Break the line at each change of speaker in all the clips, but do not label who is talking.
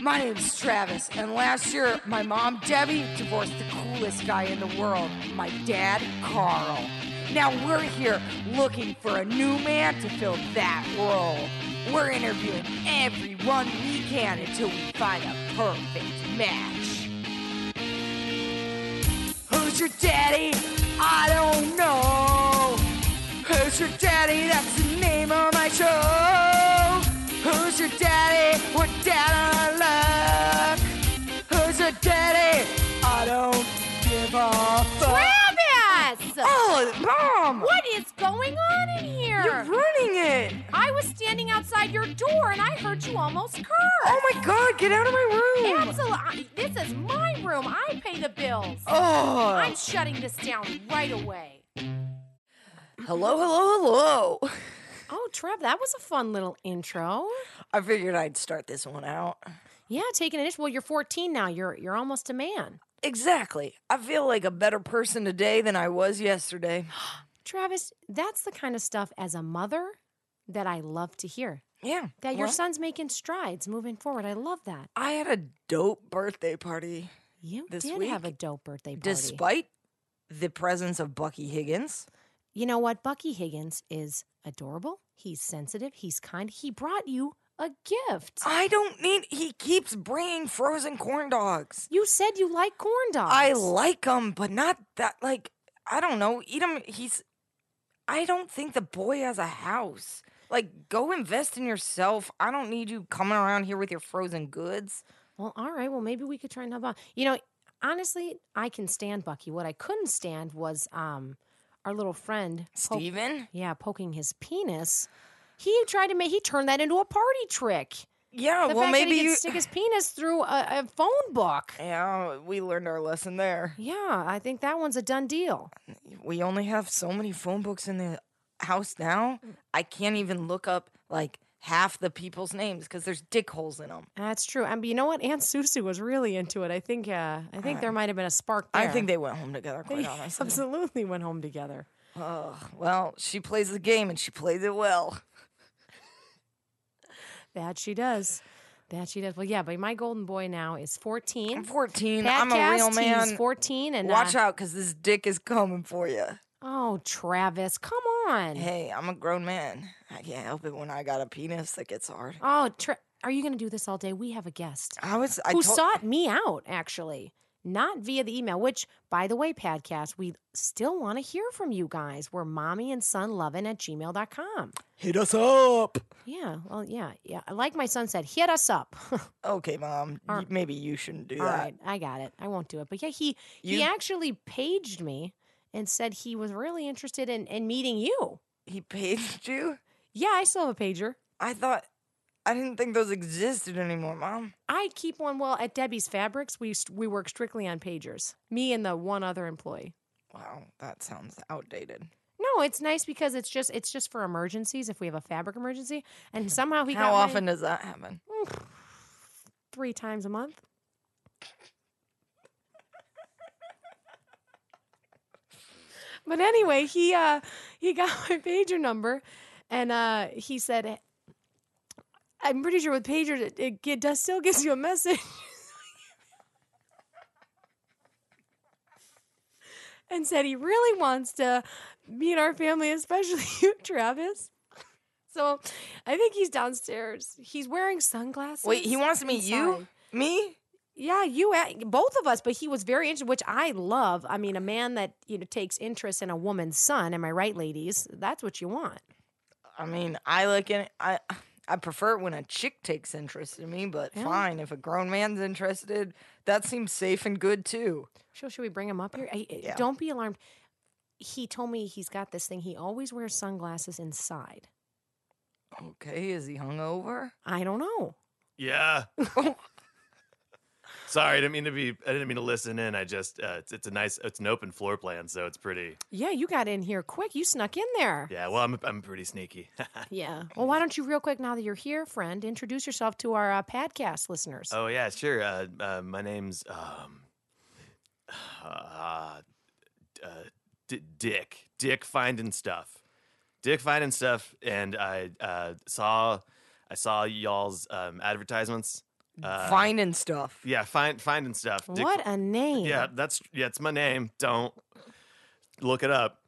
My name's Travis, and last year my mom Debbie divorced the coolest guy in the world, my dad Carl. Now we're here looking for a new man to fill that role. We're interviewing everyone we can until we find a perfect match. Who's your daddy? I don't know. Who's your daddy? That's the name of my show. Who's your daddy? We're down on luck. Who's your daddy? I don't give a fuck.
Travis!
Oh, mom!
What is going on in here?
You're ruining it.
I was standing outside your door and I heard you almost curse.
Oh my god, get out of
Oh.
my room.
Absolutely. This is my room. I pay the bills.
Oh.
I'm shutting this down right away.
Hello, hello, hello.
Oh, Trev, that was a fun little intro.
I figured I'd start this one out.
Yeah, taking an inch. Well, you're 14 now. You're you're almost a man.
Exactly. I feel like a better person today than I was yesterday.
Travis, that's the kind of stuff as a mother that I love to hear.
Yeah.
That your
well,
son's making strides moving forward. I love that.
I had a dope birthday party
You
This
did have a
week,
dope birthday party.
despite the presence of Bucky Higgins.
you know what? Bucky Higgins is adorable. He's sensitive. He's kind. He brought you a gift.
I don't need he keeps bringing frozen corn dogs.
you said you like corn dogs.
I like them, but not that like I don't know, eat him he's I don't think the boy has a house. Like go invest in yourself. I don't need you coming around here with your frozen goods.
Well, all right. Well, maybe we could try and help out. You know, honestly, I can stand Bucky. What I couldn't stand was um our little friend poke-
Steven?
yeah, poking his penis. He tried to make he turned that into a party trick.
Yeah,
The
Oh, well
fact
maybe
that he could
you
stick his penis through a, a phone book.
Yeah, we learned our lesson there.
Yeah, I think that one's a done deal.
we only have so many phone books in the house now. I can't even look up like half the people's names because there's dick holes in them.
That's true. And but you know what? Aunt Susu was really into it. I think uh I think there might have been a spark there.
I think they went home together, quite honestly.
absolutely went home together.
Ugh, well, she plays the game and she plays it well.
That she does. That she does. Well, yeah, but my golden boy now is 14.
I'm 14.
Pat
I'm a real
Cast, He's
man.
14 and
Watch
uh,
out because this dick is coming for you.
Oh, Travis, come on.
Hey, I'm a grown man. I can't help it when I got a penis that gets hard.
Oh, Tra- are you going to do this all day? We have a guest
I was. I
who
told-
sought me out actually. Not via the email, which, by the way, Podcast, we still want to hear from you guys. We're mommy and son loving at gmail.com.
Hit us up.
Yeah, well, yeah, yeah. Like my son said, hit us up. all
Okay, mom.
All
y-
right.
Maybe you shouldn't do that.
right, I got it. I won't do it. But yeah, he
You-
he actually paged me and said he was really interested in, in meeting you.
He paged you.
Yeah, I still have a pager.
I thought I didn't think those existed anymore, Mom.
I keep one. Well, at Debbie's Fabrics, we st- we work strictly on pagers. Me and the one other employee.
Wow, that sounds outdated.
No, it's nice because it's just it's just for emergencies. If we have a fabric emergency, and somehow he
How
got
often
mine
does that happen?
three times a month. but anyway, he uh he got my pager number, and uh he said, "I'm pretty sure with pagers it, it, it does still gives you a message." and said he really wants to meet our family, especially you, Travis. So I think he's downstairs. He's wearing sunglasses.
Wait, he wants to meet you?
Inside.
Me?
Yeah, you, a- both of us. But he was very interested, which I love. I mean, a man that you know takes interest in a woman's son. Am I right, ladies? That's what you want.
I mean, I like it. I I prefer it when a chick takes interest in me, but fine. If a grown man's interested, that seems safe and good too.
So should we bring him up here? I, I-
Yeah.
Don't be alarmed. He told me he's got this thing. He always wears sunglasses inside.
Okay, is he hungover?
I don't know.
Yeah. Sorry, I didn't mean to be. I didn't mean to listen in. I just uh, it's, it's a nice. It's an open floor plan, so it's pretty.
Yeah, you got in here quick. You snuck in there.
Yeah. Well, I'm I'm pretty sneaky.
Yeah. Well, why don't you, real quick, now that you're here, friend, introduce yourself to our uh, podcast listeners?
oh yeah, sure. Uh, uh, my name's um, uh, uh, D- Dick. Dick finding stuff. Dick finding stuff, and I uh, saw I saw y'all's um, advertisements Uh,
Finding stuff.
yeah, find finding stuff. Dick,
What a name.
Yeah, that's yeah, it's my name. Don't look it up.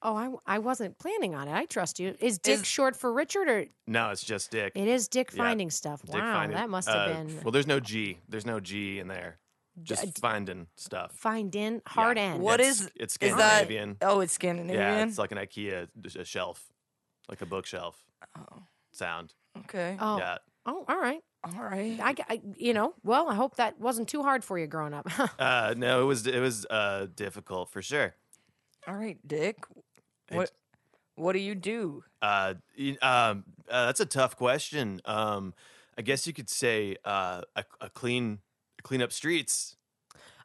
Oh, I, I wasn't planning on it. I trust you. Is Dick
Is-
short for Richard or
No, it's just Dick.
it is Dick
Yeah,
finding stuff?
Dick
wow,
finding-
that must have
uh,
been uh,
Well, there's no G. There's no G in there. Just
d-
finding stuff.
find in hard
Yeah.
end.
What
What
is-
is? It's
is that-
Scandinavian.
Oh, it's
Yeah,
Scandinavian.
it's uh, like an IKEA d- a shelf, like a bookshelf
oh,
sound.
okay.
Oh,
Yeah.
oh, all right.
All right.
I, I- you know, well, I hope that wasn't too hard for you growing up.
Uh, no, it was it was uh, difficult for sure.
All right, Dick. What?
It's-
What do you do?
Uh, y- um, uh, that's a tough question. Um, I guess you could say uh, a, a clean clean up streets.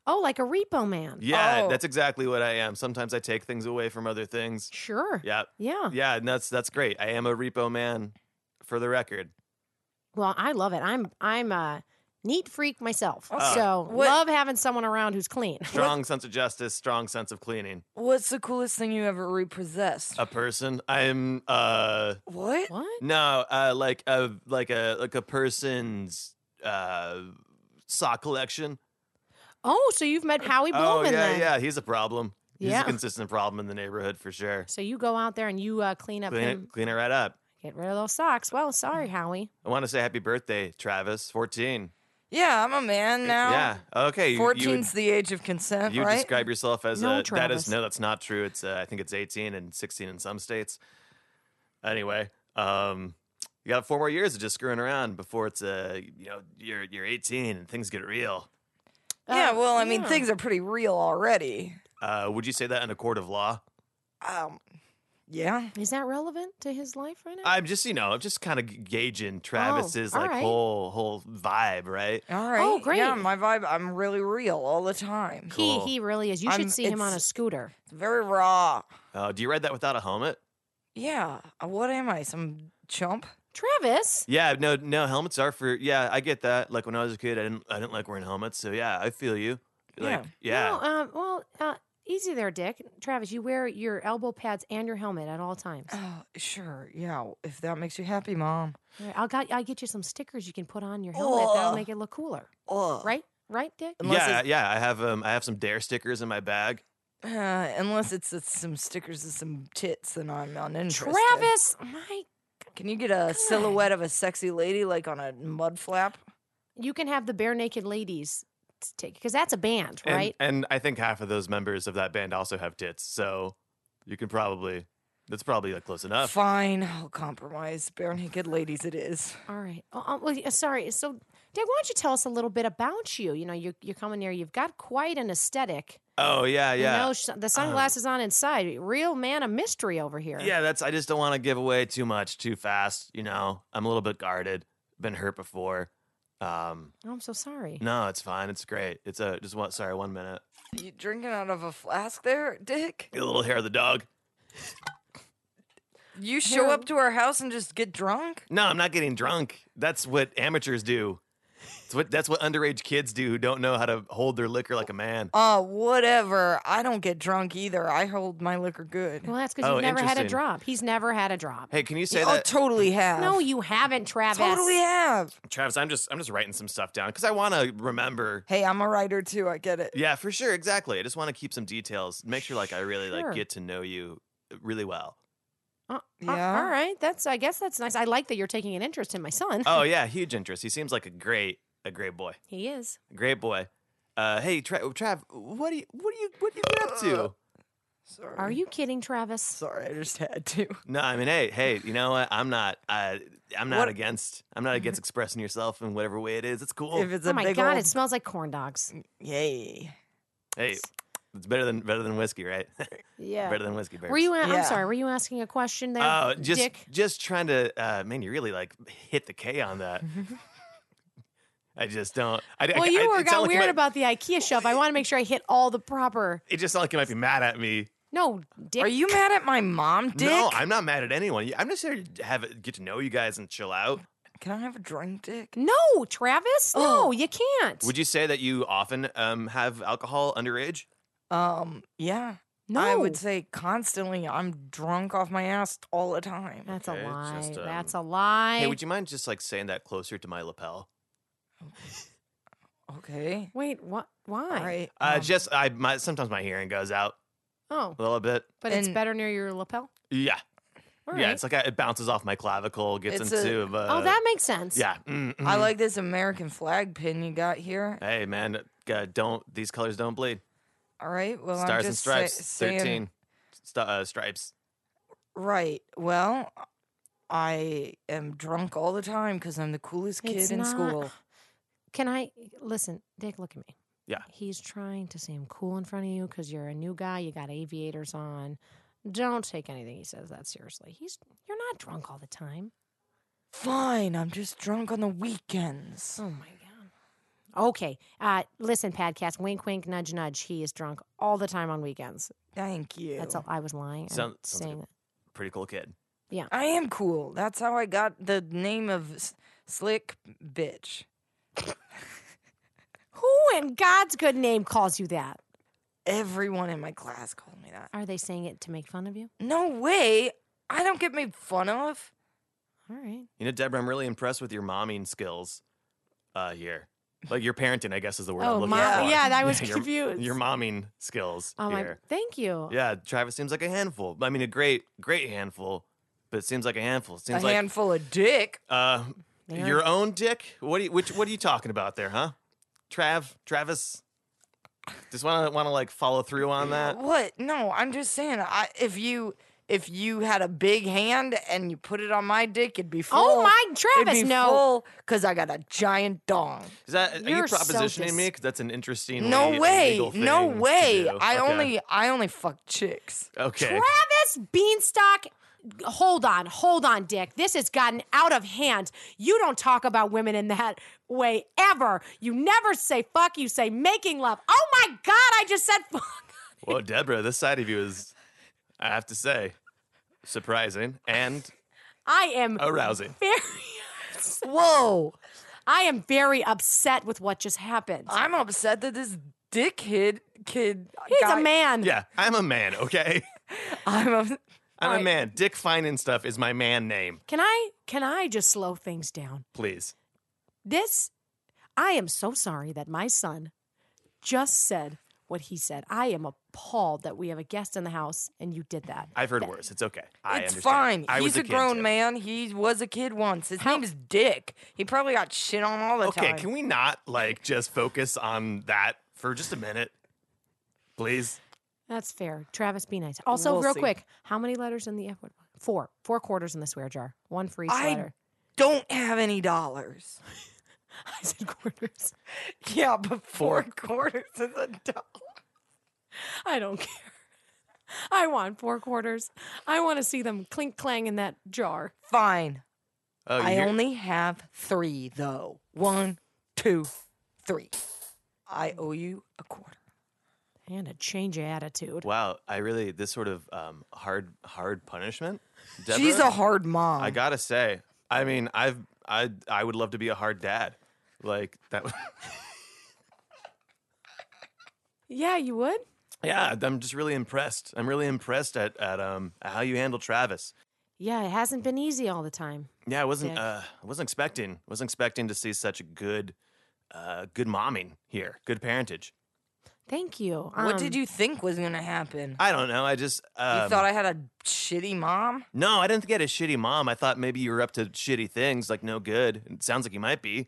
oh, like a repo man.
Yeah,
Oh.
that's exactly what I am. Sometimes I take things away from other things.
Sure.
Yeah,
Yeah.
yeah, and that's that's great. I am a repo man, for the record.
Well, I love it. I'm I'm a neat freak myself.
Oh.
Okay.
So
Uh,
What-
love having someone around who's clean.
Strong sense of justice, strong sense of cleaning.
What's the coolest thing you ever repossessed?
A person. I'm uh
what?
What?
no, uh like a like a like a person's uh sock collection.
Oh, so you've met Howie
Oh
Bloom
yeah,
then.
yeah, he's a problem. He's
Yeah.
a consistent problem in the neighborhood for sure.
So you go out there and you uh, clean up
Clean
him,
it, clean it right up.
get rid of those socks. Well, sorry, Howie.
I want to say happy birthday, Travis, 14.
Yeah, I'm a man now.
Yeah. Okay. you- you would-
14's the age of consent,
You
right?
describe yourself as
No,
a that
Travis.
is no, that's not true. It's uh, I think it's 18 and 16 in some states. Anyway, um, you got four more years of just screwing around before it's uh, you know you're you're 18 and things get real.
yeah,
Uh,
well, I mean,
yeah.
things are pretty real already.
Uh, would you say that in a court of law?
Um, yeah.
Is that relevant to his life right now?
I'm just you know I'm just kind of gauging Travis's
all
like
right.
whole whole vibe, right?
All right. Yeah,
Oh, great.
my vibe. I'm really real all the time.
cool.
He he really is. You should
I'm-
see him on a
it's-
scooter.
It's very raw.
Uh, do you ride that without a helmet?
Yeah. uh, What am I? Some chump?
Travis.
Yeah, no, no helmets are for yeah. I get that. Like when I was a kid, I didn't I didn't like wearing helmets. So yeah, I feel you. Like yeah.
No, um, well, uh, easy there, Dick. Travis, you wear your elbow pads and your helmet at all times.
Uh,
Oh, sure. Yeah. If that makes you happy, mom.
All right, I'll got I'll get you some stickers you can put on your helmet. That'll
Ugh.
make it look cooler.
Ugh.
Right? Right, Dick?
Unless
yeah, yeah. I have um, I have some Dare stickers in my bag.
Uh, unless it's, it's some stickers of some tits, then I'm uninterested.
Travis, my
Can you get a silhouette of a sexy lady like on a mud flap?
you can have the bare naked ladies t- take because that's a band,
And,
right?
And I think half of those members of that band also have tits, so you can probably that's probably like close enough.
Fine, I'll compromise. Bare naked ladies, it is.
All right. Oh, oh, well, yeah, sorry. So, Dick, why don't you tell us a little bit about you? You know, you're, you're coming here. You've got quite an aesthetic.
Oh yeah, yeah.
You know, sh- the sunglasses on inside. Real man of mystery over here.
Yeah, that's. I just don't want to give away too much too fast. You know, I'm a little bit guarded. Been hurt before. Um,
Oh, I'm so sorry.
no, it's fine. It's great. It's a just one. Sorry, one minute.
You drinking out of a flask there, Dick?
Get a little hair of the dog.
You show up to our house and just get drunk?
No, I'm not getting drunk. That's what amateurs do. It's what that's what underage kids do who don't know how to hold their liquor like a man.
Uh, whatever. I don't get drunk either. I hold my liquor good.
Well, that's because
Oh,
you've never had a
interesting.
drop. He's never had a drop.
Hey, can you
Oh,
say
I
that?
Oh, totally have.
No, you haven't, Travis.
totally have.
Travis, I'm just I'm just writing some stuff down because I want to remember.
Hey, I'm a writer too. I get it.
Yeah, for sure, exactly. I just want to keep some details. Make sure, like, I really
Sure.
like get to know you really well.
Uh, uh,
Yeah.
all right. That's. I guess that's nice. I like that you're taking an interest in my son.
Oh yeah, huge interest. He seems like a great a great boy,
He is.
great boy. Uh, hey, Tra- Trav, what do you what do you what do you get up
Uh.
to?
Sorry.
Are you kidding, Travis?
Sorry, I just had to.
No, I mean, hey, hey, you know what? I'm not uh, I'm not
What-
against I'm not against expressing yourself in whatever way it is. It's cool.
If it's
oh
a
my
big
God!
old
It smells like corn dogs.
yay.
hey, it's better than better than whiskey, right?
Yeah.
better than whiskey. Bears.
Were you? a-
Yeah.
I'm sorry. Were you asking a question there,
Oh, just
Dick?
just trying to uh, man, you really like hit the K on that. I just don't. I, I-
Well, you
I-
were
it sounded
got
like you
weird
might-
about the IKEA shelf. I want to make sure I hit all the proper.
It just sounded like you might be mad at me.
No, Dick.
Are you mad at my mom, Dick?
No, I'm not mad at anyone. I'm just here to have it, get to know you guys and chill out.
Can I have a drink, Dick?
No, Travis. No, you can't.
Would you say that you often um, have alcohol underage?
Um, yeah.
no,
I would say constantly I'm drunk off my ass all the time.
That's
Okay,
a lie.
just,
That's a
um,
lie.
hey, would you mind just like saying that closer to my lapel?
Okay.
Wait, what? Why?
All right.
Uh,
um,
just I my sometimes my hearing goes out
Oh,
a little bit.
but it's
And-
better near your lapel.
Yeah,
All
yeah.
right.
It's like I, it bounces off my clavicle, gets
It's
into. uh,
oh, that makes sense.
Yeah. mm,
I
mm.
like this American flag pin you got here.
Hey man, uh, don't these colors don't bleed.
All right. Well, I'm
Stars
just
and stripes.
say- saying-
Thirteen. St- uh, stripes.
Right. Well, I am drunk all the time because I'm the coolest kid
It's
in
not-
school.
Can I listen, Dick? Look at me.
Yeah.
He's trying to seem cool in front of you because you're a new guy. You got aviators on. Don't take anything he says that seriously. He's you're not drunk all the time.
Fine. I'm just drunk on the weekends.
Oh my god. Okay. Uh, listen, podcast. Wink, wink. Nudge, nudge. He is drunk all the time on weekends.
Thank you.
That's all. I was lying. I'm
Sound- sounds
saying.
good. Pretty cool kid.
I am cool. That's how I got the name of S- Slick Bitch.
Who in God's good name calls you that?
Everyone in my class called me that.
Are they saying it to make fun of you?
No way. I don't get made fun of.
All right.
You know, Deborah, I'm really impressed with your momming skills. Uh, here, like your parenting, I guess, is the word
Oh,
I'm looking
Oh, mom-
for.
yeah, I was
your-
confused.
Your momming skills
Oh my!
here.
Thank you.
Yeah, Travis seems like a handful. I mean, a great, great handful, but it seems like a handful. It
A
seems like
handful of dick.
uh,
Yeah.
your own dick. What? Are you, which? What are you talking about there, huh? Trav, Travis. Just want to want to like follow through on that.
What? No, I'm just saying. I, if you if you had a big hand and you put it on my dick, it'd be full.
Oh my,
it'd
Travis!
be
No.
because I got a giant dong.
Is that are you
You're so
propositioning
dis-
me? 'Cause that's an interesting.
No way,
illegal
no
thing to
way.
do.
I
Okay.
only I only fuck chicks.
okay.
Travis Beanstalk, hold on, hold on, Dick. This has gotten out of hand. You don't talk about women in that way ever. You never say fuck, you say making love. Oh my God, I just said fuck.
Well, Deborah, this side of you is, I have to say, surprising and
I am
arousing.
very.
Whoa,
I am very upset with what just happened.
I'm upset that this dickhead kid.
He's
guy,
a man.
Yeah, I'm a man. Okay,
I'm ups-
I'm a
Alright.
man. Dick Finan stuff is my man name.
Can I can I just slow things down?
Please.
This I am so sorry that my son just said what he said. I am appalled that we have a guest in the house and you did that.
I've heard worse. It's okay. I
It's
understand.
fine.
I was
He's a,
kid,
grown
too.
man. He was a kid once. His name is Dick. He probably got shit on all the
Okay,
time.
can we not like just focus on that for just a minute, please?
That's fair. Travis, be nice. Also,
We'll
real
see.
quick, how many letters in the F word? Four. Four quarters in the swear jar. One for each
I-
letter.
Don't have any dollars.
I said quarters.
Yeah, but four quarters is a dollar.
I don't care. I want four quarters. I want to see them clink clang in that jar.
Fine.
Oh, you
I
hear-
only have three, though. One, two, three. I owe you a quarter.
And a change of attitude.
Wow, I really this sort of um, hard hard punishment. Deborah,
She's a hard mom.
I gotta say, I mean, I've I I would love to be a hard dad. Like that. would-
Yeah, you would?
yeah, I'm just really impressed. I'm really impressed at at um how you handle Travis.
Yeah, it hasn't been easy all the time.
Yeah, I wasn't
Dick.
uh I wasn't expecting wasn't expecting to see such a good uh good momming here, good parentage.
Thank you.
what
Um,
did you think was going to happen?
I don't know. I just um,
you thought I had a shitty mom?
No, I didn't get a shitty mom. I thought maybe you were up to shitty things, like no good. It sounds like you might be.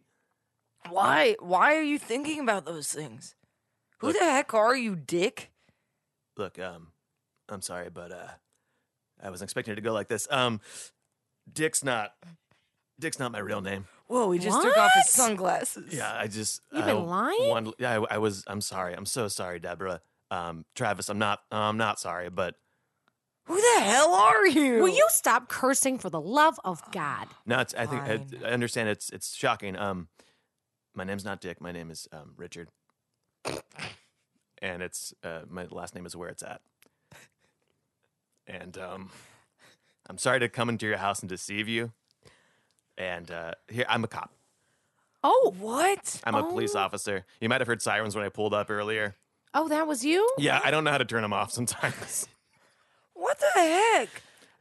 Why? Why are you thinking about those things? Who
Look-
the heck are you, Dick?
Look, um, I'm sorry, but uh, I wasn't expecting it to go like this. Um, Dick's not, Dick's not my real name.
Whoa, he just took off his
What?
sunglasses.
Yeah, I just
You've
I
been lying?
wonder- yeah, I, I was. I'm sorry. I'm so sorry, Deborah. Um, Travis, I'm not. I'm not sorry, but
Who the hell are you?
Will you stop cursing for the love of God?
no, it's. I think
Fine.
I, I understand. It's it's shocking. Um, my name's not Dick. My name is um Richard, and it's uh my last name is where it's at. And um, I'm sorry to come into your house and deceive you. And uh, here I'm a cop.
Oh,
What?
I'm a police
Oh.
officer. You might have heard sirens when I pulled up earlier.
oh, that was you?
Yeah, I don't know how to turn them off sometimes.
What the heck?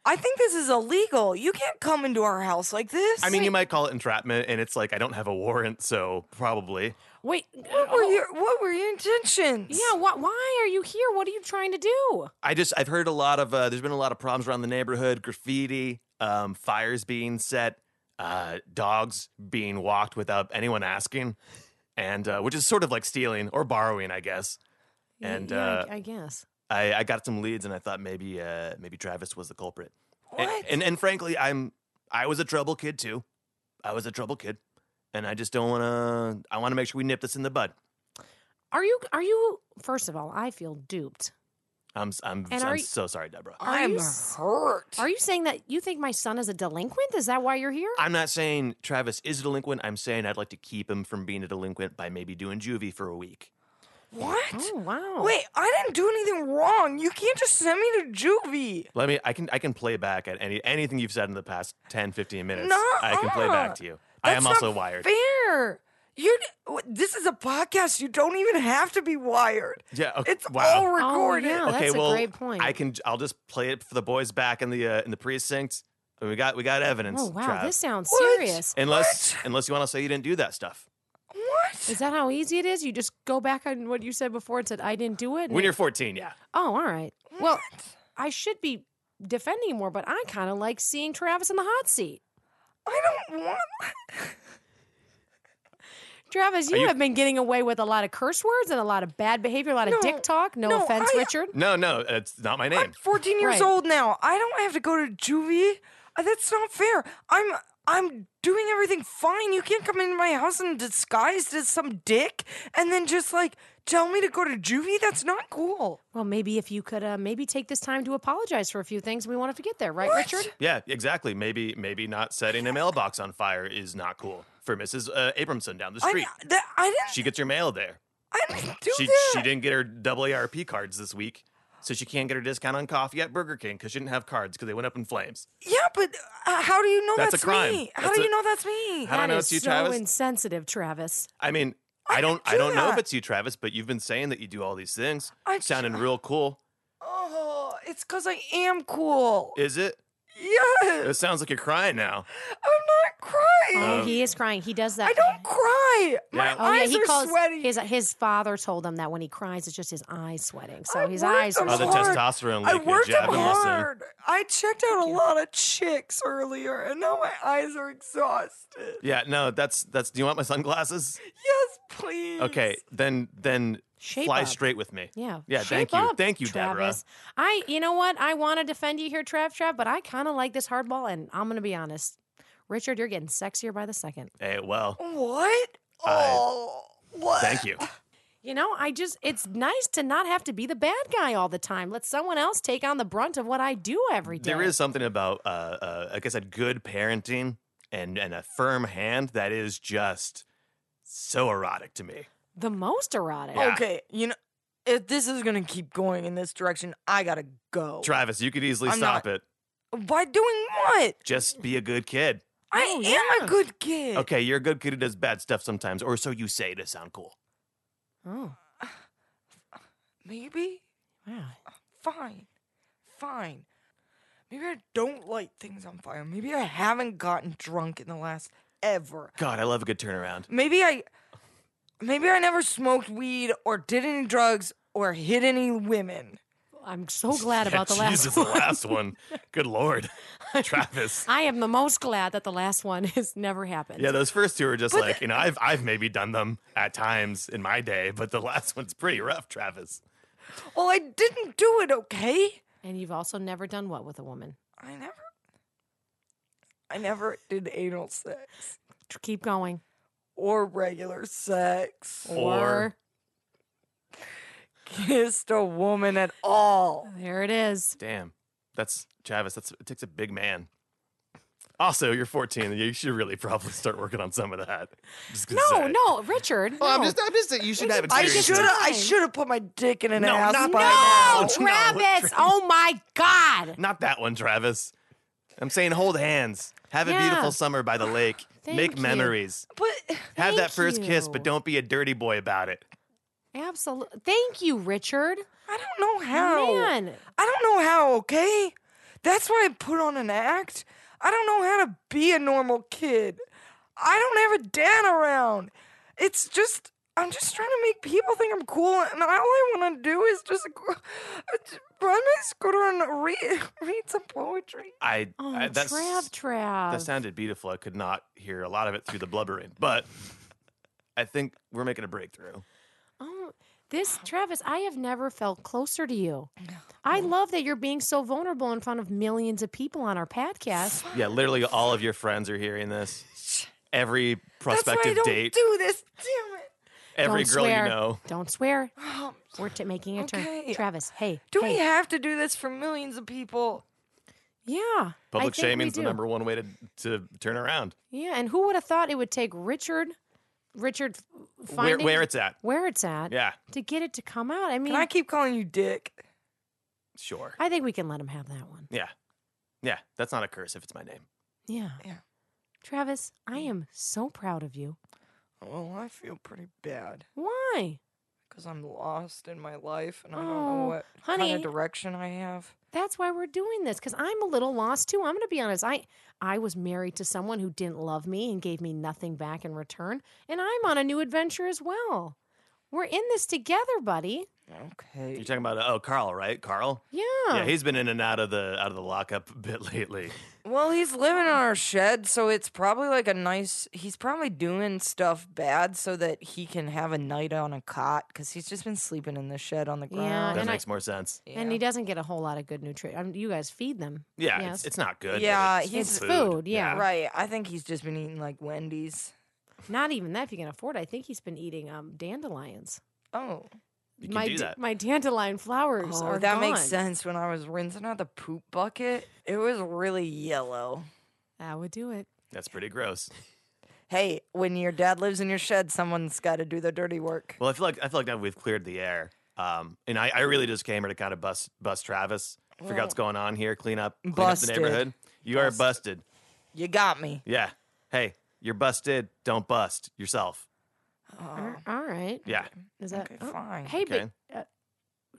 I think this is illegal. You can't come into our house like this.
I mean, you might call it entrapment, and it's like I don't have a warrant, so probably.
Wait. uh, oh,
what
oh.
were your what were your intentions?
Yeah, wh- why are you here? What are you trying to do?
I just I've heard a lot of uh, there's been a lot of problems around the neighborhood, graffiti, um, fires being set, uh, dogs being walked without anyone asking, and uh, which is sort of like stealing or borrowing, I guess. And
yeah,
uh,
I, I guess.
I, I got some leads, and I thought maybe uh, maybe Travis was the culprit. And,
What?
and and frankly, I'm I was a trouble kid too. I was a trouble kid, and I just don't want to. I want to make sure we nip this in the bud.
Are you are you first of all, I feel duped.
I'm s- I'm,
And
I'm
are you-
so sorry, Deborah.
Are
I'm
you s-
hurt.
Are you saying that you think my son is a delinquent? Is that why you're here?
I'm not saying Travis is a delinquent. I'm saying I'd like to keep him from being a delinquent by maybe doing juvie for a week.
what?
oh wow.
Wait, I didn't do anything wrong. You can't just send me to juvie.
Let me I can I can play back at any anything you've said in the past 10 15 minutes.
No,
I can play
uh,
back to you. I
That's
am
not
also wired.
Fair. You. This is a podcast. You don't even have to be wired.
Yeah, okay,
It's
wow.
all
Oh,
recorded.
yeah,
okay,
that's
well,
a great point.
I can I'll just play it for the boys back in the uh, in the precinct. We got we got evidence.
oh wow,
Trav.
this sounds
What?
serious.
unless unless you want to say you didn't do that stuff.
What?
Is that how easy it is? You just go back on what you said before and said I didn't do it. and
When
it-
you're 14, yeah.
oh, all right. Well, I should be defending more, but I kind of like seeing Travis in the hot seat.
I don't want.
Travis, you,
you-
have been getting away with a lot of curse words and a lot of bad behavior, a lot of dick talk. No,
no,
offense,
I-
Richard.
No, no, it's not my
I'm
name.
14 years
Right.
old now. I don't have to go to juvie. Uh, That's not fair. I'm I'm doing everything fine. You can't come into my house and disguised as some dick and then just like tell me to go to juvie. That's not cool.
Well, maybe if you could uh, maybe take this time to apologize for a few things, we won't have to get there, right, Richard?
Yeah, exactly. Maybe maybe not setting a mailbox on fire is not cool for Mrs. Uh, Abramson down the
I
street.
that, I didn't
She gets your mail there.
I didn't do
She
that.
she didn't get her double ARP cards this week, so she can't get her discount on coffee at Burger King because she didn't have cards because they went up in flames.
Yeah, but uh, how do you know that's,
That's a crime.
me? How
That's
do
a-
you know that's me?
I don't
That
know
is
it's you,
so
Travis.
insensitive, Travis.
I mean, I, don't
do
I don't know if
that.
it's you, Travis, but you've been saying that you do all these things,
I-
sounding real cool.
Oh, it's because I am cool.
Is it?
yes,
It sounds like you're crying now.
I'm not crying.
Oh, he is crying. He does that.
Um, I don't cry. My
Yeah.
Oh yeah,
eyes
he
are
calls
sweaty.
his his father told him that when he cries, it's just his eyes sweating. So
I
his
worked
eyes
them
are
Oh, the
hard.
testosterone
I
leakage.
worked
yeah, I've
up
been listening.
hard. I checked out a lot of chicks earlier, and now my eyes are exhausted.
Yeah, no, that's that's. Do you want my sunglasses?
Yes, please.
Okay, then then
Shape
fly
up.
straight with me.
Yeah.
Yeah,
shape
thank you.
up,
Thank you,
Travis. I you know what? I want to defend you here, Trav Trav, but I kinda like this hardball and I'm gonna be honest. Richard, you're getting sexier by the second.
Deborah. Hey, well,
What?
I-
Oh, what?
thank you.
You know, I just it's nice to not have to be the bad guy all the time. Let someone else take on the brunt of what I do every day.
There is something about, uh, uh, like I said, good parenting and and a firm hand that is just so erotic to me.
the most erotic.
Yeah.
Okay, you know, if this is gonna keep going in this direction, I gotta
Oh.
go.
Travis, you could easily
I'm
stop it.
By doing what?
Just be a good kid.
I am
Oh, yeah.
a good kid.
Okay, you're a good kid who does bad stuff sometimes, or so you say to sound cool.
Oh,
Maybe.
wow.
Fine. Fine. Maybe I don't light things on fire. Maybe I haven't gotten drunk in the last ever.
God, I love a good turnaround.
maybe I maybe I never smoked weed or did any drugs or hit any women.
I'm so glad about the
Yeah,
last
Jesus,
one.
the last one. Good lord, Travis.
I am the most glad that the last one has never happened.
Yeah, those first two are just like you know I've I've maybe done them at times in my day, but the last one's pretty rough, Travis.
Well, I didn't do it, okay?
And you've also never done what with a woman?
I never I never did anal sex
Tr- Keep going.
or regular sex.
Or-
Kissed a woman at all.
there it is.
Damn, that's Travis. That's it takes a big man. Also, you're 14. You should really probably start working on some of that. Just gonna
No,
say.
no, Richard.
Well, I'm
no.
just, I'm just. You should have it.
I
seriously.
should have I should have put my dick in an
No,
ass
not
by
that.
now.
Oh, Travis! Oh my God!
Not that one, Travis. I'm saying hold hands. Have a
Yeah.
beautiful summer by the lake.
Thank
Make
you.
memories.
But
Have that
Thank
first kiss,
you.
but don't be a dirty boy about it.
Absolutely. Thank you, Richard.
I don't know how.
Man,
I don't know how, okay? That's why I put on an act. I don't know how to be a normal kid. I don't have a dad around. It's just I'm just trying to make people think I'm cool, and all I want to do is just go- ride my scooter and read read some poetry.
I,
Oh,
I that's
Trav, Trav.
that sounded beautiful. I could not hear a lot of it through the blubbering, but I think we're making a breakthrough.
Oh, this Travis, I have never felt closer to you. I love that you're being so vulnerable in front of millions of people on our podcast.
Yeah, literally all of your friends are hearing this. Every
That's why I
prospective
don't
date,
do this. Damn it!
every
Don't
girl
swear.
you know.
Don't swear. We're t- making a
Okay.
turn. Travis, hey.
Do
hey.
we have to do this for millions of people?
Yeah.
Public
I think we
shaming's the
do.
number one way to, to turn around.
Yeah, and who would have thought it would take Richard, Richard, f-
Where,
finding
where it's at.
where it's at,
Yeah,
to get it to come out? I mean,
Can I keep calling you Dick?
sure.
I think we can let him have that one.
Yeah. Yeah, that's not a curse if it's my name.
Yeah.
Yeah.
Travis, I am so proud of you.
Well, I feel pretty bad
Why?
because I'm lost in my life, and I don't know
Oh,
what kind
honey.
of direction I have.
That's why we're doing this cuz I'm a little lost too. I'm going to be honest. I I was married to someone who didn't love me and gave me nothing back in return, and I'm on a new adventure as well. We're in this together, buddy.
Okay.
You're talking about uh, oh Carl, right? Carl.
Yeah.
Yeah, he's been in and out of the out of the lockup a bit lately.
Well, he's living in our shed, so it's probably like a nice. He's probably doing stuff bad so that he can have a night on a cot because he's just been sleeping in the shed on the
Yeah,
ground.
That
And I-
makes more sense.
And he doesn't get a whole lot of good nutrition. I mean, you guys feed them.
Yeah,
Yes.
it's, it's not good. but
Yeah,
it's
he's-
It's food, yeah.
Right. I think he's just been eating like Wendy's.
Not even that if you can afford it. I think he's been eating um, dandelions.
Oh,
You can
my
do
d-
that.
my dandelion flowers
oh
are
that makes
gone.
sense. When I was rinsing out the poop bucket, it was really yellow.
That would do it.
That's pretty gross.
Hey, when your dad lives in your shed, someone's got to do the dirty work.
Well, I feel like I feel like now we've cleared the air. Um, and I, I really just came here to kind of bust bust Travis. Figure out what's going on here. Clean up, clean
Busted.
up the neighborhood. You are busted.
You got me.
Yeah. Hey, you're busted. Don't bust yourself.
Oh,
All right.
Yeah.
Is that
okay,
oh,
fine.
Hey,
Okay.
but uh,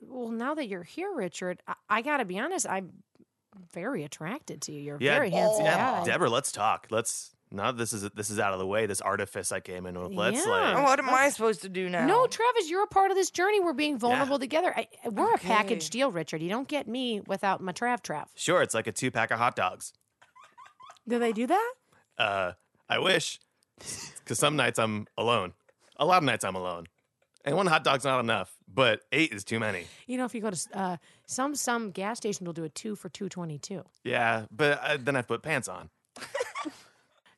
well, now that you're here, Richard, I, I got to be honest. I'm very attracted to you. You're a
Yeah.
very handsome
Yeah,
guy.
Deborah, let's talk. Let's now that this is this is out of the way. This artifice I came in with. Let's
Yeah.
like
what am I supposed to do now?
No, Travis, you're a part of this journey. We're being vulnerable together. I, I- we're a package
Okay.
deal, Richard. You don't get me without my Trav Trav.
Sure, it's like a two pack of hot dogs.
Do they do that?
Uh, I wish, because some nights I'm alone. A lot of nights I'm alone, and one hot dog's not enough, but eight is too many.
You know, if you go to s- uh, some some gas station, will do a two for two twenty two.
Yeah, but I, then I put pants on.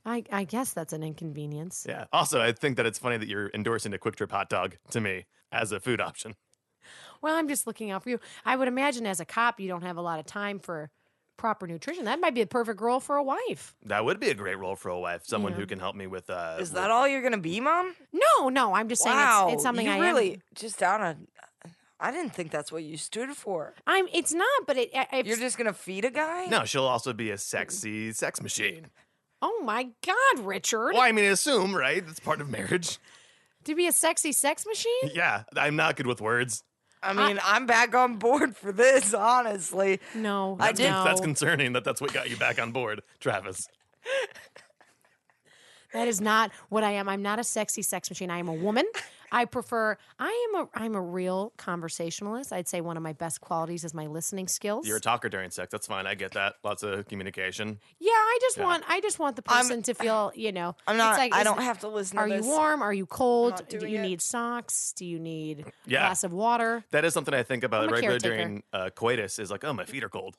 I, I guess that's an inconvenience.
Yeah. Also, I think that it's funny that you're endorsing a quick trip hot dog to me as a food option.
Well, I'm just looking out for you. I would imagine as a cop, you don't have a lot of time for proper nutrition. That might be the perfect role for a wife.
That would be a great role for a wife, someone who can help me with. Uh,
Is that all you're gonna be, mom?
No, no, I'm just saying
wow,
it's, it's something
you
I
really
Am,
just on a. I didn't think that's what you stood for.
I'm. It's not, but it. I- It's,
You're just gonna feed a guy?
No, she'll also be a sexy sex machine.
oh my God, Richard!
Well, I mean, I assume, right? That's part of marriage.
To be a sexy sex machine?
Yeah, I'm not good with words.
I mean, I, am back on board for this. Honestly,
No,
I
no.
did-
That's concerning that that's what got you back on board, Travis.
That is not what I am. I'm not a sexy sex machine. I am a woman. I prefer. I am a. I'm a real conversationalist. I'd say one of my best qualities is my listening skills.
You're a talker during sex. That's fine. I get that. Lots of communication.
yeah, I just want. I just want the person to feel. You know,
I'm
it's
not.
like,
I
is-
don't have to listen.
Are
to
you
this.
warm? Are you cold?
not
Do
doing
you
it.
need socks? Do you need a
Yeah.
glass of water?
That is something I think about
I'm a
regularly
caretaker.
during uh, coitus is like, oh, my feet are cold.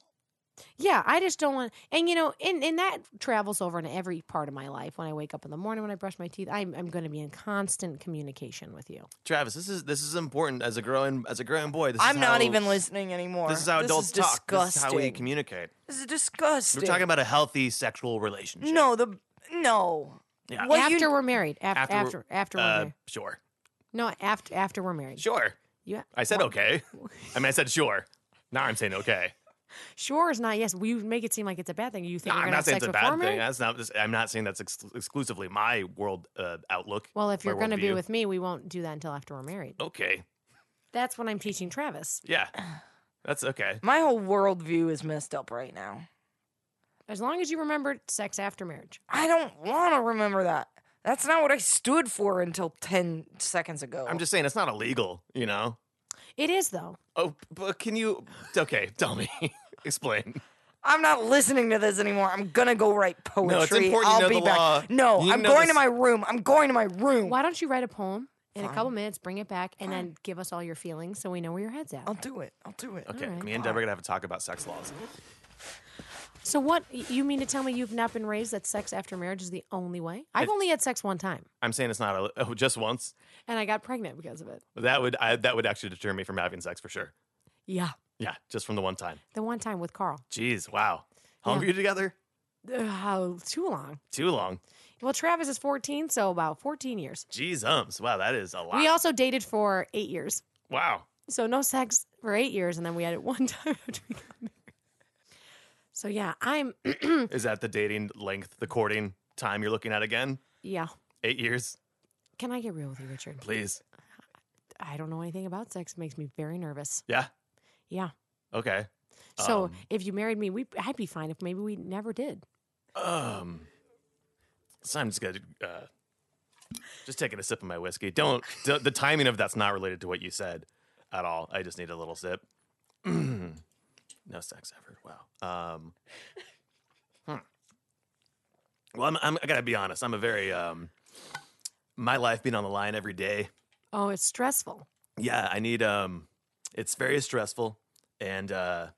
Yeah, I just don't want. And you know, and, and that travels over into every part of my life. When I wake up in the morning, when I brush my teeth, I'm, I'm going to be in constant communication with you.
Travis, this is this is important as a growing as a growing boy. This is
I'm not
how-
even listening anymore.
This is how adults talk.
Disgusting.
This is how we communicate.
This is disgusting.
We're talking about a healthy sexual relationship.
no the no.
Yeah.
What
after
you,
we're married, after
After
after
we're-
after, we're
Uh,
married.
sure.
No, after after we're married.
Sure.
Yeah,
I said okay. I mean, I said sure. Now I'm saying okay.
sure is not yes. We make it seem like it's a bad thing. You think
Nah,
we're going to
I'm not
have
saying
sex
it's a
before
bad
marriage?
thing. That's not. This, I'm not saying that's ex- exclusively my world uh, outlook.
Well, if
my
you're going to be
worldview.
with
Oh.
me, we won't do that until after we're married.
okay,
That's what I'm teaching Travis.
yeah, That's okay.
My whole worldview is messed up right now.
As long as you remember sex after marriage.
I don't want to remember that. That's not what I stood for until 10 seconds ago.
I'm just saying it's not illegal, you know?
It is though.
Oh, but can you? Okay, tell me. Explain.
I'm not listening to this anymore. I'm gonna go write poetry.
No, it's important you
I'll
know
be
the
back.
law.
No,
You
I'm
know
going
this-
to my room. I'm going to my room.
Why don't you write a poem in a couple minutes, bring it back, and then give us all your feelings so we know where your head's at.
I'll do it. I'll do it.
Okay, me and Deb are gonna have to talk about sex laws.
So what you mean to tell me you've not been raised that sex after marriage is the only way? I've only had sex one time,
I'm saying it's not a, oh, just once.
and I got pregnant because of it.
That would I, that would actually deter me from having sex for sure.
Yeah,
Yeah, just from the one time.
the one time with Carl.
Jeez, wow. How long were you together?
Ugh, how too long?
Too long.
Well, Travis is 14, so about 14 years.
Jeez, ums. Wow, that is a lot.
We also dated for eight years.
wow.
So no sex for eight years, and then we had it one time after we got married. So yeah, I'm
Is that the dating length, the courting time you're looking at again?
yeah.
Eight years,
Can I get real with you, Richard?
please.
I don't know anything about sex. It makes me very nervous.
Yeah.
Yeah.
Okay.
So
Um,
if you married me, we I'd be fine if maybe we never did.
Um. So I'm just gonna uh, just taking a sip of my whiskey. Don't the, the timing of that's not related to what you said at all. I just need a little sip. no sex ever. Wow. Um. Hmm. Well, I'm, I'm, I gotta be honest. I'm a very um. My life being on the line every day.
Oh, it's stressful.
Yeah, I need um. It's very stressful, and uh,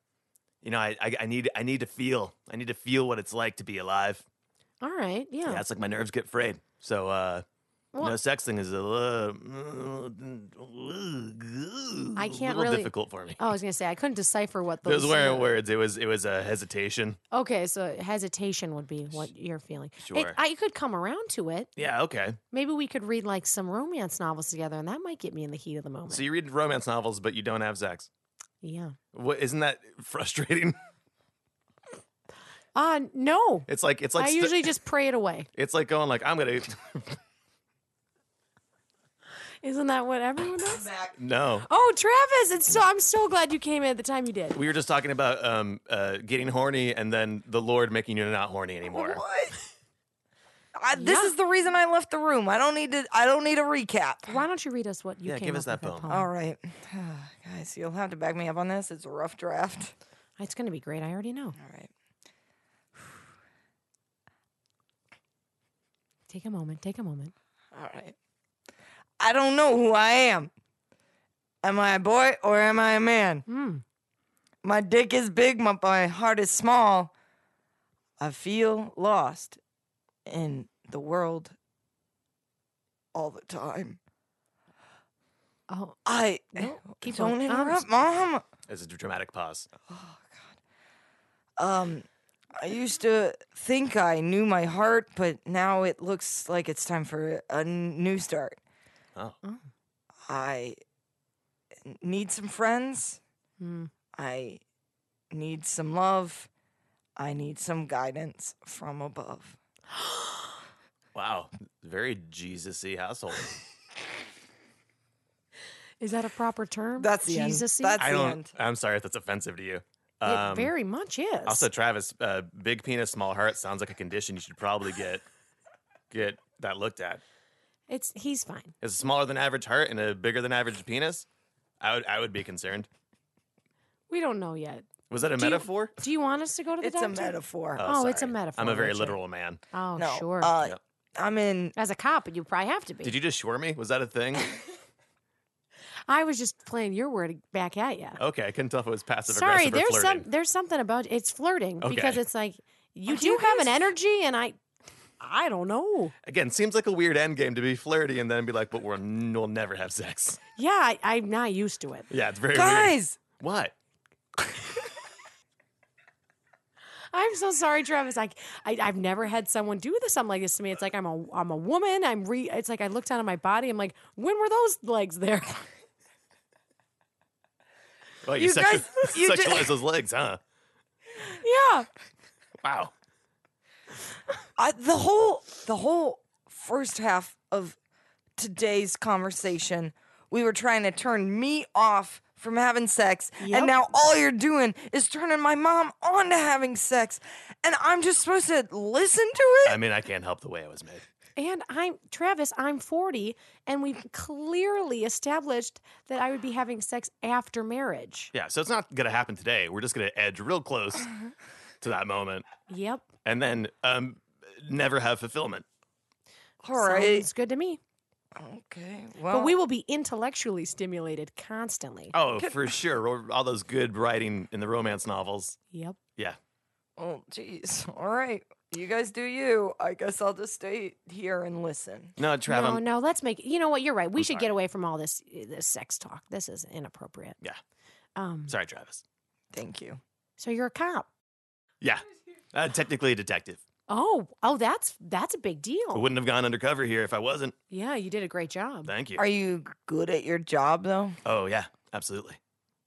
you know, I, I I need I need to feel I need to feel what it's like to be alive.
All right. Yeah.
Yeah, it's like my nerves get frayed. So uh
Oh. Well-
no sex thing is a little, I
I can't
a little
really-
difficult for me.
Oh, I was gonna say I couldn't decipher what
Those
those
weren't
uh,
words. It was it was a hesitation.
Okay, so hesitation would be what you're feeling. It-
Sure.
I could come around to it.
Yeah, okay.
Maybe we could read like some romance novels together, and that might get me in the heat of the moment.
So you read romance novels, but you don't have sex.
yeah.
What isn't that frustrating?
Uh no.
It's like it's like
I
st-
usually just pray it away.
it's like going like I'm gonna
Isn't that what everyone does?
no.
Oh, Travis, it's so I'm so glad you came in at the time you did.
We were just talking about um uh getting horny and then the Lord making you not horny anymore.
What? I, this
Yeah.
is the reason I left the room. I don't need to. I don't need a recap.
Why don't you read us what you
Yeah,
came
give
up
us that
with
poem.
All right, guys, you'll have to back me up on this. It's a rough draft.
It's going to be great. I already know.
All right.
Take a moment. Take a moment.
All right. I don't know who I am. Am I a boy or am I a man?
Hmm.
My dick is big, my, my heart is small. I feel lost in the world all the time.
Oh,
I
No, keep
don't
going. Um,
interrupt, mom. Oh,
It's a dramatic pause.
Um, I used to think I knew my heart, but now it looks like it's time for a n- new start.
Oh.
I need some friends.
Hmm.
I need some love. I need some guidance from above.
Wow. Very Jesus y household.
is that a proper term?
That's the end.
Jesus.
That's-
I
the
don't.
end.
I'm sorry if that's offensive to you.
it
Um,
very much is.
also, Travis, uh, big penis, small heart sounds like a condition you should probably get get that looked at.
it's he's fine.
Is a smaller than average heart and a bigger than average penis? I would I would be concerned.
We don't know yet.
Was that a
Do you-
metaphor?
Do you want us to go to the
It's a
doctor?
metaphor.
Oh, it's a
sorry.
metaphor,
I'm a very
Richard.
literal man.
Oh,
no,
sure.
Uh,
Yep.
I'm in.
As a cop, you probably have to be.
Did you just shore me? Was that a thing?
I was just playing your word back at you.
Okay, I couldn't tell if it was passive
Sorry,
Oh, aggressive or
there's
flirting.
some there's something about it's flirting because
Okay.
it's like you
Are
do
you
have an
guys-
energy, and I I don't know.
Again, seems like a weird end game to be flirty and then be like, but we're, we'll never have sex.
Yeah, I, I'm not used to it.
Yeah, it's very weird.
Guys,
What?
I'm so sorry, Travis. Like I, I've never had someone do this something like this to me. It's like I'm a I'm a woman. I'm re. It's like I look down at my body. I'm like, when were those legs there?
Well, you,
You guys-
sexu-
you ju-
sexualize those legs, huh?
yeah.
Wow.
I, the whole the whole first half of today's conversation, we were trying to turn me off from having sex.
Yep.
And now all you're doing is turning my mom on to having sex. And I'm just supposed to listen to it?
I mean, I can't help the way I was made.
And I'm Travis, I'm 40, and we've clearly established that I would be having sex after marriage.
Yeah, so it's not going to happen today. We're just going to edge real close to that moment
Yep.
and then um, never have fulfillment.
all right.
Sounds good to me.
Okay. Well,
But we will be intellectually stimulated constantly.
Oh, for sure. Or All those good writing in the romance novels.
Yep.
Yeah.
Oh, jeez. All right. You guys do you. I guess I'll just stay here and listen.
No, Trav,
no,
I'm-
no, let's make You know what? You're right. We should
sorry.
get away from all this this sex talk. This is inappropriate.
Yeah.
Um
sorry, Travis.
Thank you.
so you're a cop.
Yeah. Uh, technically a detective.
Oh, oh that's that's a big
I
deal.
wouldn't have gone undercover here if I wasn't.
Yeah, you did a great job.
Thank you.
Are you good at your job though?
oh, yeah, absolutely.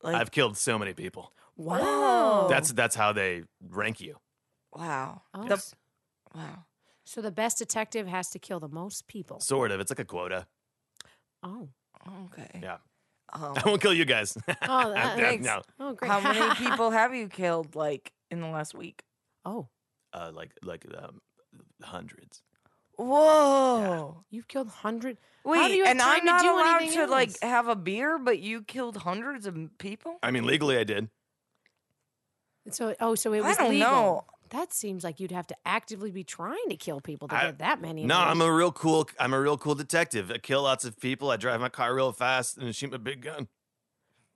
Like
I've killed so many people.
Wow.
Oh.
That's that's how they rank you.
wow.
Oh,
The-
s-
wow.
so the best detective has to kill the most people.
Sort of. It's like a quota.
Oh.
Okay.
Yeah.
Um,
I won't kill you guys.
Oh, that
Yeah,
makes-
no.
Oh, great.
how many people have you killed like in the last week?
Oh,
Uh, like like um, hundreds.
Whoa.
you've killed hundred.
Wait,
do you have
and
time
I'm
to
not
do
allowed
anything
to like
else?
have a beer, but you killed hundreds of people?
I mean, legally, I did.
So oh, so it
I
was
don't
legal.
know.
That seems like you'd have to actively be trying to kill people to
I-
get that many.
No, I'm a real cool. I'm a real cool detective. I kill lots of people. I drive my car real fast and shoot my big gun.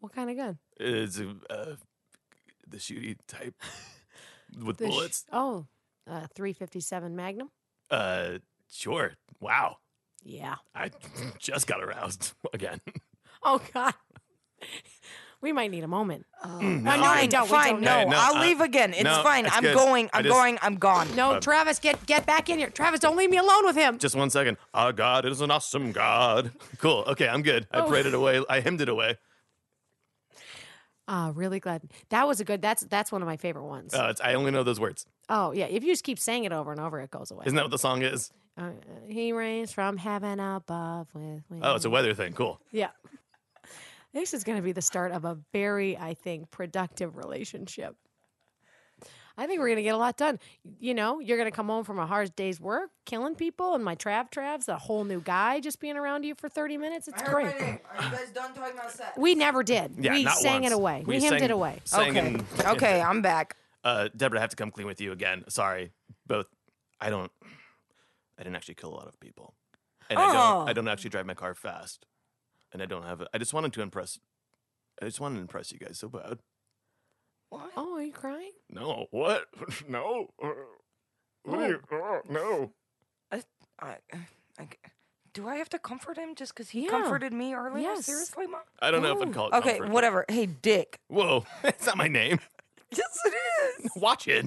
what kind of gun?
It's a, uh, the shooty type with
The sh-
bullets.
oh, uh, 357 Magnum.
uh, sure. Wow.
Yeah.
I just got aroused again.
Oh God. Oh. we might need a moment.
No,
no, I
I'm-
don't. We
Fine,
don't
no,
know. Hey, no,
I'll
uh,
leave again. It's
no,
fine.
it's
I'm
good.
going.
I
I'm
just-
going. I'm gone.
No,
Uh,
Travis, get get back in here. Travis, don't leave me alone with him.
Just one second. Our God is an awesome God. Cool. Okay, I'm good. I
Oh.
prayed it away. I hymned it away.
Ah, really glad that was a good. That's that's one of my favorite ones.
Uh, it's, I only know those words.
oh yeah, if you just keep saying it over and over, it goes away.
Isn't that what the song is?
Uh, he reigns from heaven above with. with
Oh, it's a weather thing. Cool.
Yeah. This is going to be the start of a very, I think, productive relationship. I think we're going to get a lot done. You know, you're going to come home from a hard day's work, killing people, and my Trav Trav's a whole new guy just being around you for 30 minutes. It's great.
Are you guys done talking about sex?
We never did.
Yeah,
we
not
sang
once.
it away. We, hemmed
sang-
it away.
sang
okay.
and-
okay, I'm back.
Uh, Deborah, I have to come clean with you again. Sorry, both. I don't. I didn't actually kill a lot of people, and I
Oh.
don't. I don't actually drive my car fast, and I don't have. A, I just wanted to impress. I just wanted to impress you guys so bad.
Oh, are you crying?
No, what? no. Uh, what are you- uh, no.
I, I, do I have to comfort him just because he
Yeah.
comforted me earlier?
Yes.
Seriously, mom?
I don't know if I'd
No.
call it.
Okay,
comfort.
whatever. Hey, Dick.
Whoa, it's not my name.
Yes, it is.
Watch it.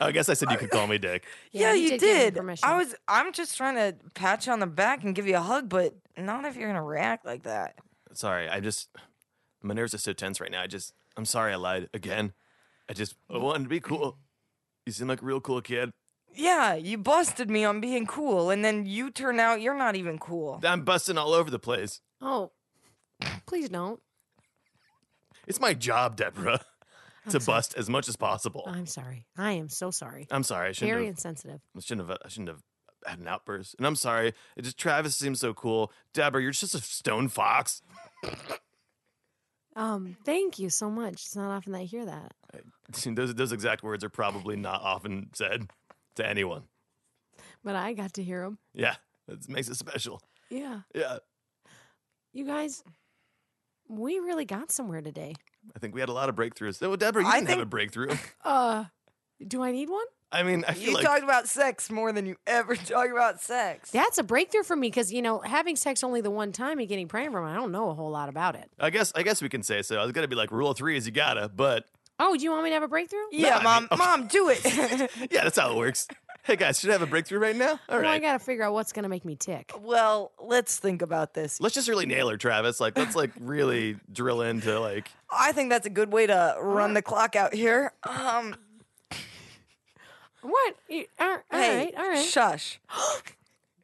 I guess I said you could call me Dick.
Yeah,
you
you did.
did give him permission.
I was. I'm just trying to pat you on the back and give you a hug, but not if you're gonna react like that.
Sorry, I just my nerves are so tense right now. I just I'm sorry I lied again. I just I wanted to be cool. You seem like a real cool kid.
Yeah, you busted me on being cool, and then you turn out you're not even cool.
I'm busting all over the place.
Oh, please don't.
It's my job, Deborah, to bust as much as possible.
I'm sorry. I am so sorry.
I'm sorry. I shouldn't
Very
have,
insensitive.
I shouldn't have. I shouldn't have had an outburst. And I'm sorry. It just Travis seems so cool. Deborah, you're just a stone fox.
Um, thank you so much. It's not often that I hear that.
Those those exact words are probably not often said to anyone.
But I got to hear them.
Yeah, that makes it special.
Yeah.
Yeah,
You guys, we really got somewhere today.
I think we had a lot of breakthroughs. Well, Deborah, you
I
didn't have a
think-
breakthrough.
Uh, do I need one?
I mean, I feel
You
like
talked about sex more than you ever talk about sex.
That's a breakthrough for me because you know having sex only the one time and getting pregnant from it, I don't know a whole lot about it.
I guess I guess we can say so. I was gonna be like rule of three is you gotta, but
Oh, do you want me to have a breakthrough?
yeah,
I
mom.
mean- okay.
Mom, do it.
yeah, that's how it works. hey guys, should I have a breakthrough right now? All
Well, I
right,
gotta figure out what's gonna make me tick.
well, let's think about this.
let's just really nail her, Travis. Like let's like really drill into like
I think that's a good way to run the clock out here. Um,
What? You- all- all
hey,
right, all right.
shush.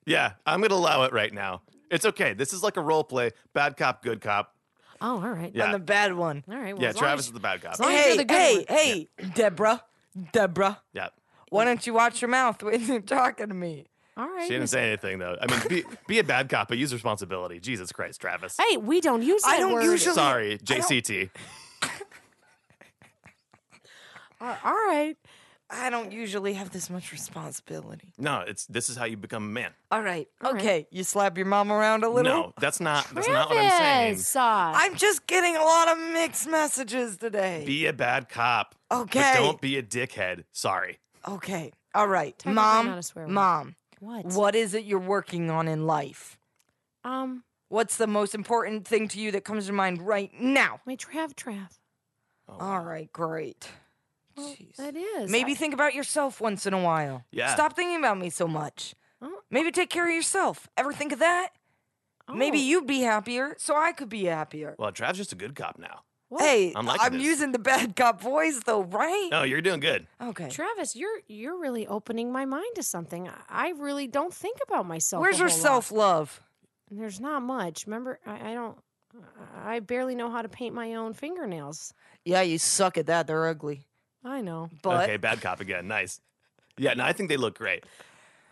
yeah, I'm gonna allow it right now. It's okay. This is like a role play. Bad cop, good cop.
Oh, all right.
Yeah.
I'm the bad one.
All right. Well,
Yeah,
as long
Travis
as-
is the bad cop.
as long as you're
Hey,
the good
hey,
one.
hey, Deborah, Deborah.
Yeah.
Why don't you watch your mouth when you're talking to me?
All right.
She didn't say anything though. I mean, be, be a bad cop, but use responsibility. Jesus Christ, Travis.
Hey, we don't use that
I don't
word.
usually-
Sorry, JCT.
Uh, All right.
I don't usually have this much responsibility.
No, it's this is how you become a man.
All right.
right.
okay. You slap your mom around a little?
No, that's not that's not what I'm saying.
Travis, uh,
I'm just getting a lot of mixed messages today.
Be a bad cop.
Okay.
But don't be a dickhead. Sorry.
okay. All right.
Technically not
Mom,
a swear word.
mom,
what?
what is it you're working on in life?
Um,
What's the most important thing to you that comes to mind right now?
wait, Trav, Trav. Oh,
All right, great. Oh, Jeez.
That is.
Maybe
I-
think about yourself once in a while.
Yeah.
Stop thinking about me so much.
Oh.
Maybe take care of yourself. Ever think of that? Maybe
oh,
you'd be happier, so I could be happier.
Well, Trav's just a good cop now.
well,
hey,
I'm
I'm,
liking this.
using the bad cop voice though, right?
No, you're doing good.
Okay.
Travis, you're you're really opening my mind to something. I- I really don't think about myself. a
Where's your
whole lot.
self love?
There's not much. Remember, I, I don't. I barely know how to paint my own fingernails.
Yeah, you suck at that. They're ugly.
I know.
But
Okay, bad cop again. Nice. Yeah, no, I think they look great.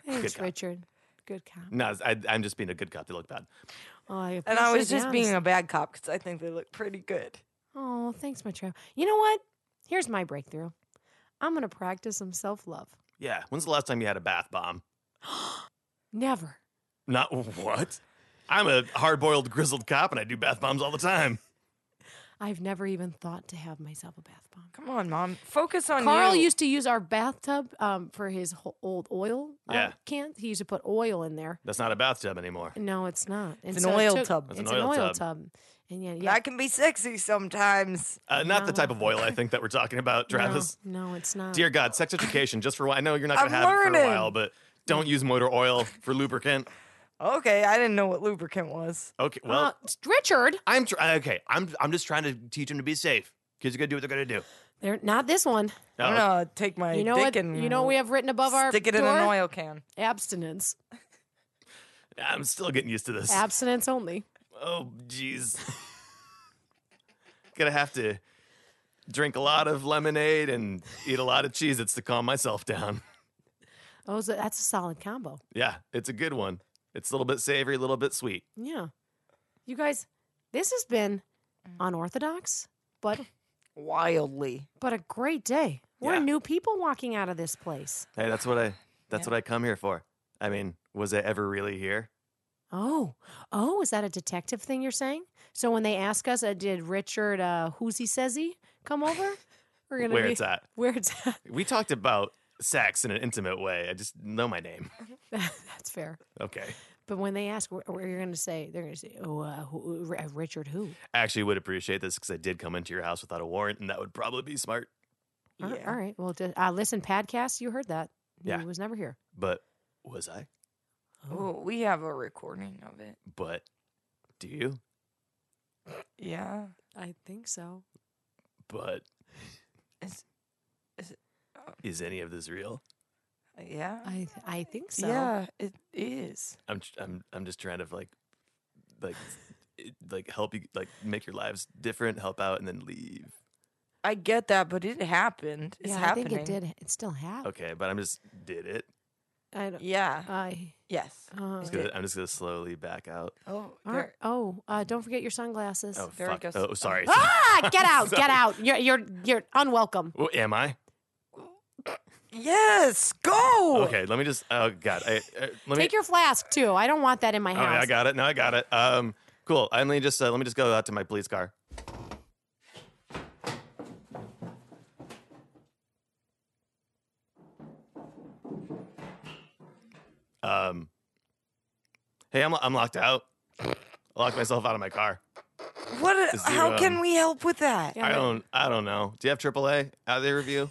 Thanks,
cop.
Richard. Good cop.
No, I, I'm just being a good cop. They look bad.
Oh, I
and I was
appreciate
just
the
being
honesty.
a bad cop because I think they look pretty good.
Oh, thanks, my Trav. You know what? Here's my breakthrough. I'm gonna practice some self love.
Yeah. When's the last time you had a bath bomb?
Never.
Not what? I'm a hard-boiled, grizzled cop, and I do bath bombs all the time.
I've never even thought to have myself a bath bomb.
Come on, mom. Focus on
Carl
you.
used to use our bathtub um, for his ho- old oil uh,
Yeah.
can. He used to put oil in there.
That's not a bathtub anymore.
No, it's not. And
an
it
oil tub.
It's, an, oil tub. And yeah, yeah.
That can be sexy sometimes.
Uh, not the
No.
type of oil I think that we're talking about, Travis.
No, no, it's not.
Dear God, sex education. Just for a while. I know you're not gonna
I'm
have it for a
learning.
while, but don't use motor oil for lubricant.
Okay, I didn't know what lubricant was.
Okay. Well,
Uh, Richard,
I'm try- okay. I'm I'm just trying to teach them to be safe. Kids are gonna do what they're gonna do.
they're not this one.
No,
I'm gonna take my
Oh. You know
dick
what?
and
You know what we have written above our
stick it in
door?
an oil can.
Abstinence,
I'm still getting used to this.
abstinence only.
Oh, jeez. Gonna have to drink a lot of lemonade and eat a lot of cheese. It's to calm myself down.
Oh, so that's a solid combo.
Yeah, it's a good one. It's a little bit savory, a little bit sweet.
Yeah, you guys, this has been
Mm.
unorthodox, but
Wildly.
but a great day. We're
Yeah.
new people walking out of this place.
Hey, that's what I that's what I come here for. I mean, was I ever really here?
Oh, oh, is that a detective thing you're saying? So when they ask us, uh, did Richard uh, who's he says he come over? We're gonna
Where
be,
it's at.
Where it's at.
We talked about sex in an intimate way. I just know my name.
That's fair.
Okay.
But when they ask, wh- wh- you're going to say, they're going to say, oh, uh, who, who- uh, Richard who?
I actually would appreciate this because I did come into your house without a warrant, and that would probably be smart.
All right-
Yeah.
All right. Well, just, uh, listen, podcast, you heard that. He
Yeah.
was never here.
But was I?
Oh, we have a recording of it.
But do you?
Yeah.
I think so.
But
Is- is it-
is any of this real?
Yeah.
I th- I think so.
Yeah, it is.
I'm tr- I'm I'm just trying to like like it- like help you like make your lives different, help out, and then leave.
I get that, but it happened. It's
Yeah,
happening.
I think it did. It still happened.
Okay, but I'm just did it.
I don't,
Yeah.
I,
yes.
uh,
Just gonna- I'm just gonna slowly back out.
Oh,
all right.
there.
Oh, uh, don't forget your sunglasses.
Oh
There
fuck.
it goes.
Oh sorry.
Ah, get out, get out. You're, you're, you're unwelcome.
Well, am I?
Yes, go.
Okay, let me just. Oh god. I, uh, let me.
Take your flask too. I don't want that in my
All
house.
right, Oh, I got it. No, I got it. Um, cool. I only just uh, let me just go out to my police car. Um, hey, I'm I'm locked out. I locked myself out of my car.
What? a-
Is the,
how
um,
can we help with that?
Yeah,
I
but
don't I don't know. Do you have AAA out there review?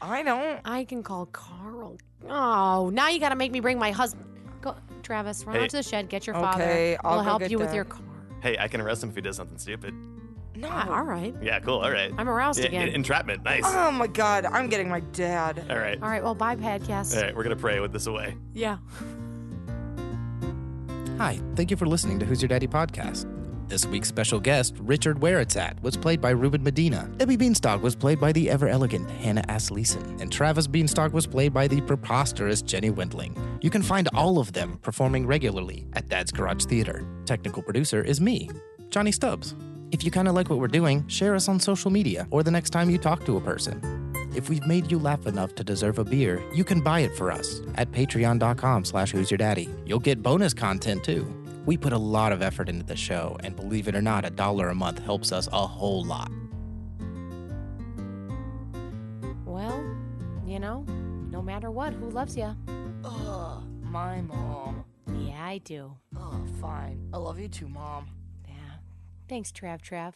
I don't.
I can call Carl. Oh, now you got to make me bring my husband. Go, Travis, run
Hey.
out to the shed, get your
Okay,
father.
I'll
we'll
go
help
get
you with
Dad.
your car.
Hey, I can arrest him if he does something stupid.
No.
Ah, all right.
Yeah, cool. All right.
I'm aroused
Yeah,
again. Ah.
Entrapment. Nice.
Oh my God, I'm getting my dad.
All right.
All right, well, bye, podcast.
All right. We're gonna pray with this away.
Yeah.
Hi, thank you for listening to Who's Your Daddy podcast. This week's special guest, Richard Where It's At, was played by Ruben Medina. Debbie Beanstalk was played by the ever elegant Hannah Asleeson. And Travis Beanstalk was played by the preposterous Jenny Wendling. You can find all of them performing regularly at Dad's Garage Theater. Technical producer is me, Johnny Stubbs. If you kind of like what we're doing, share us on social media or the next time you talk to a person. If we've made you laugh enough to deserve a beer, you can buy it for us at patreon.com slash who's your daddy. You'll get bonus content too. We put a lot of effort into the show, and believe it or not, a dollar a month helps us a whole lot.
Well, you know, no matter what, who loves you?
Ugh, my mom.
Yeah, I do.
Ugh, fine. I love you too, mom.
Yeah. Thanks, Trav Trav.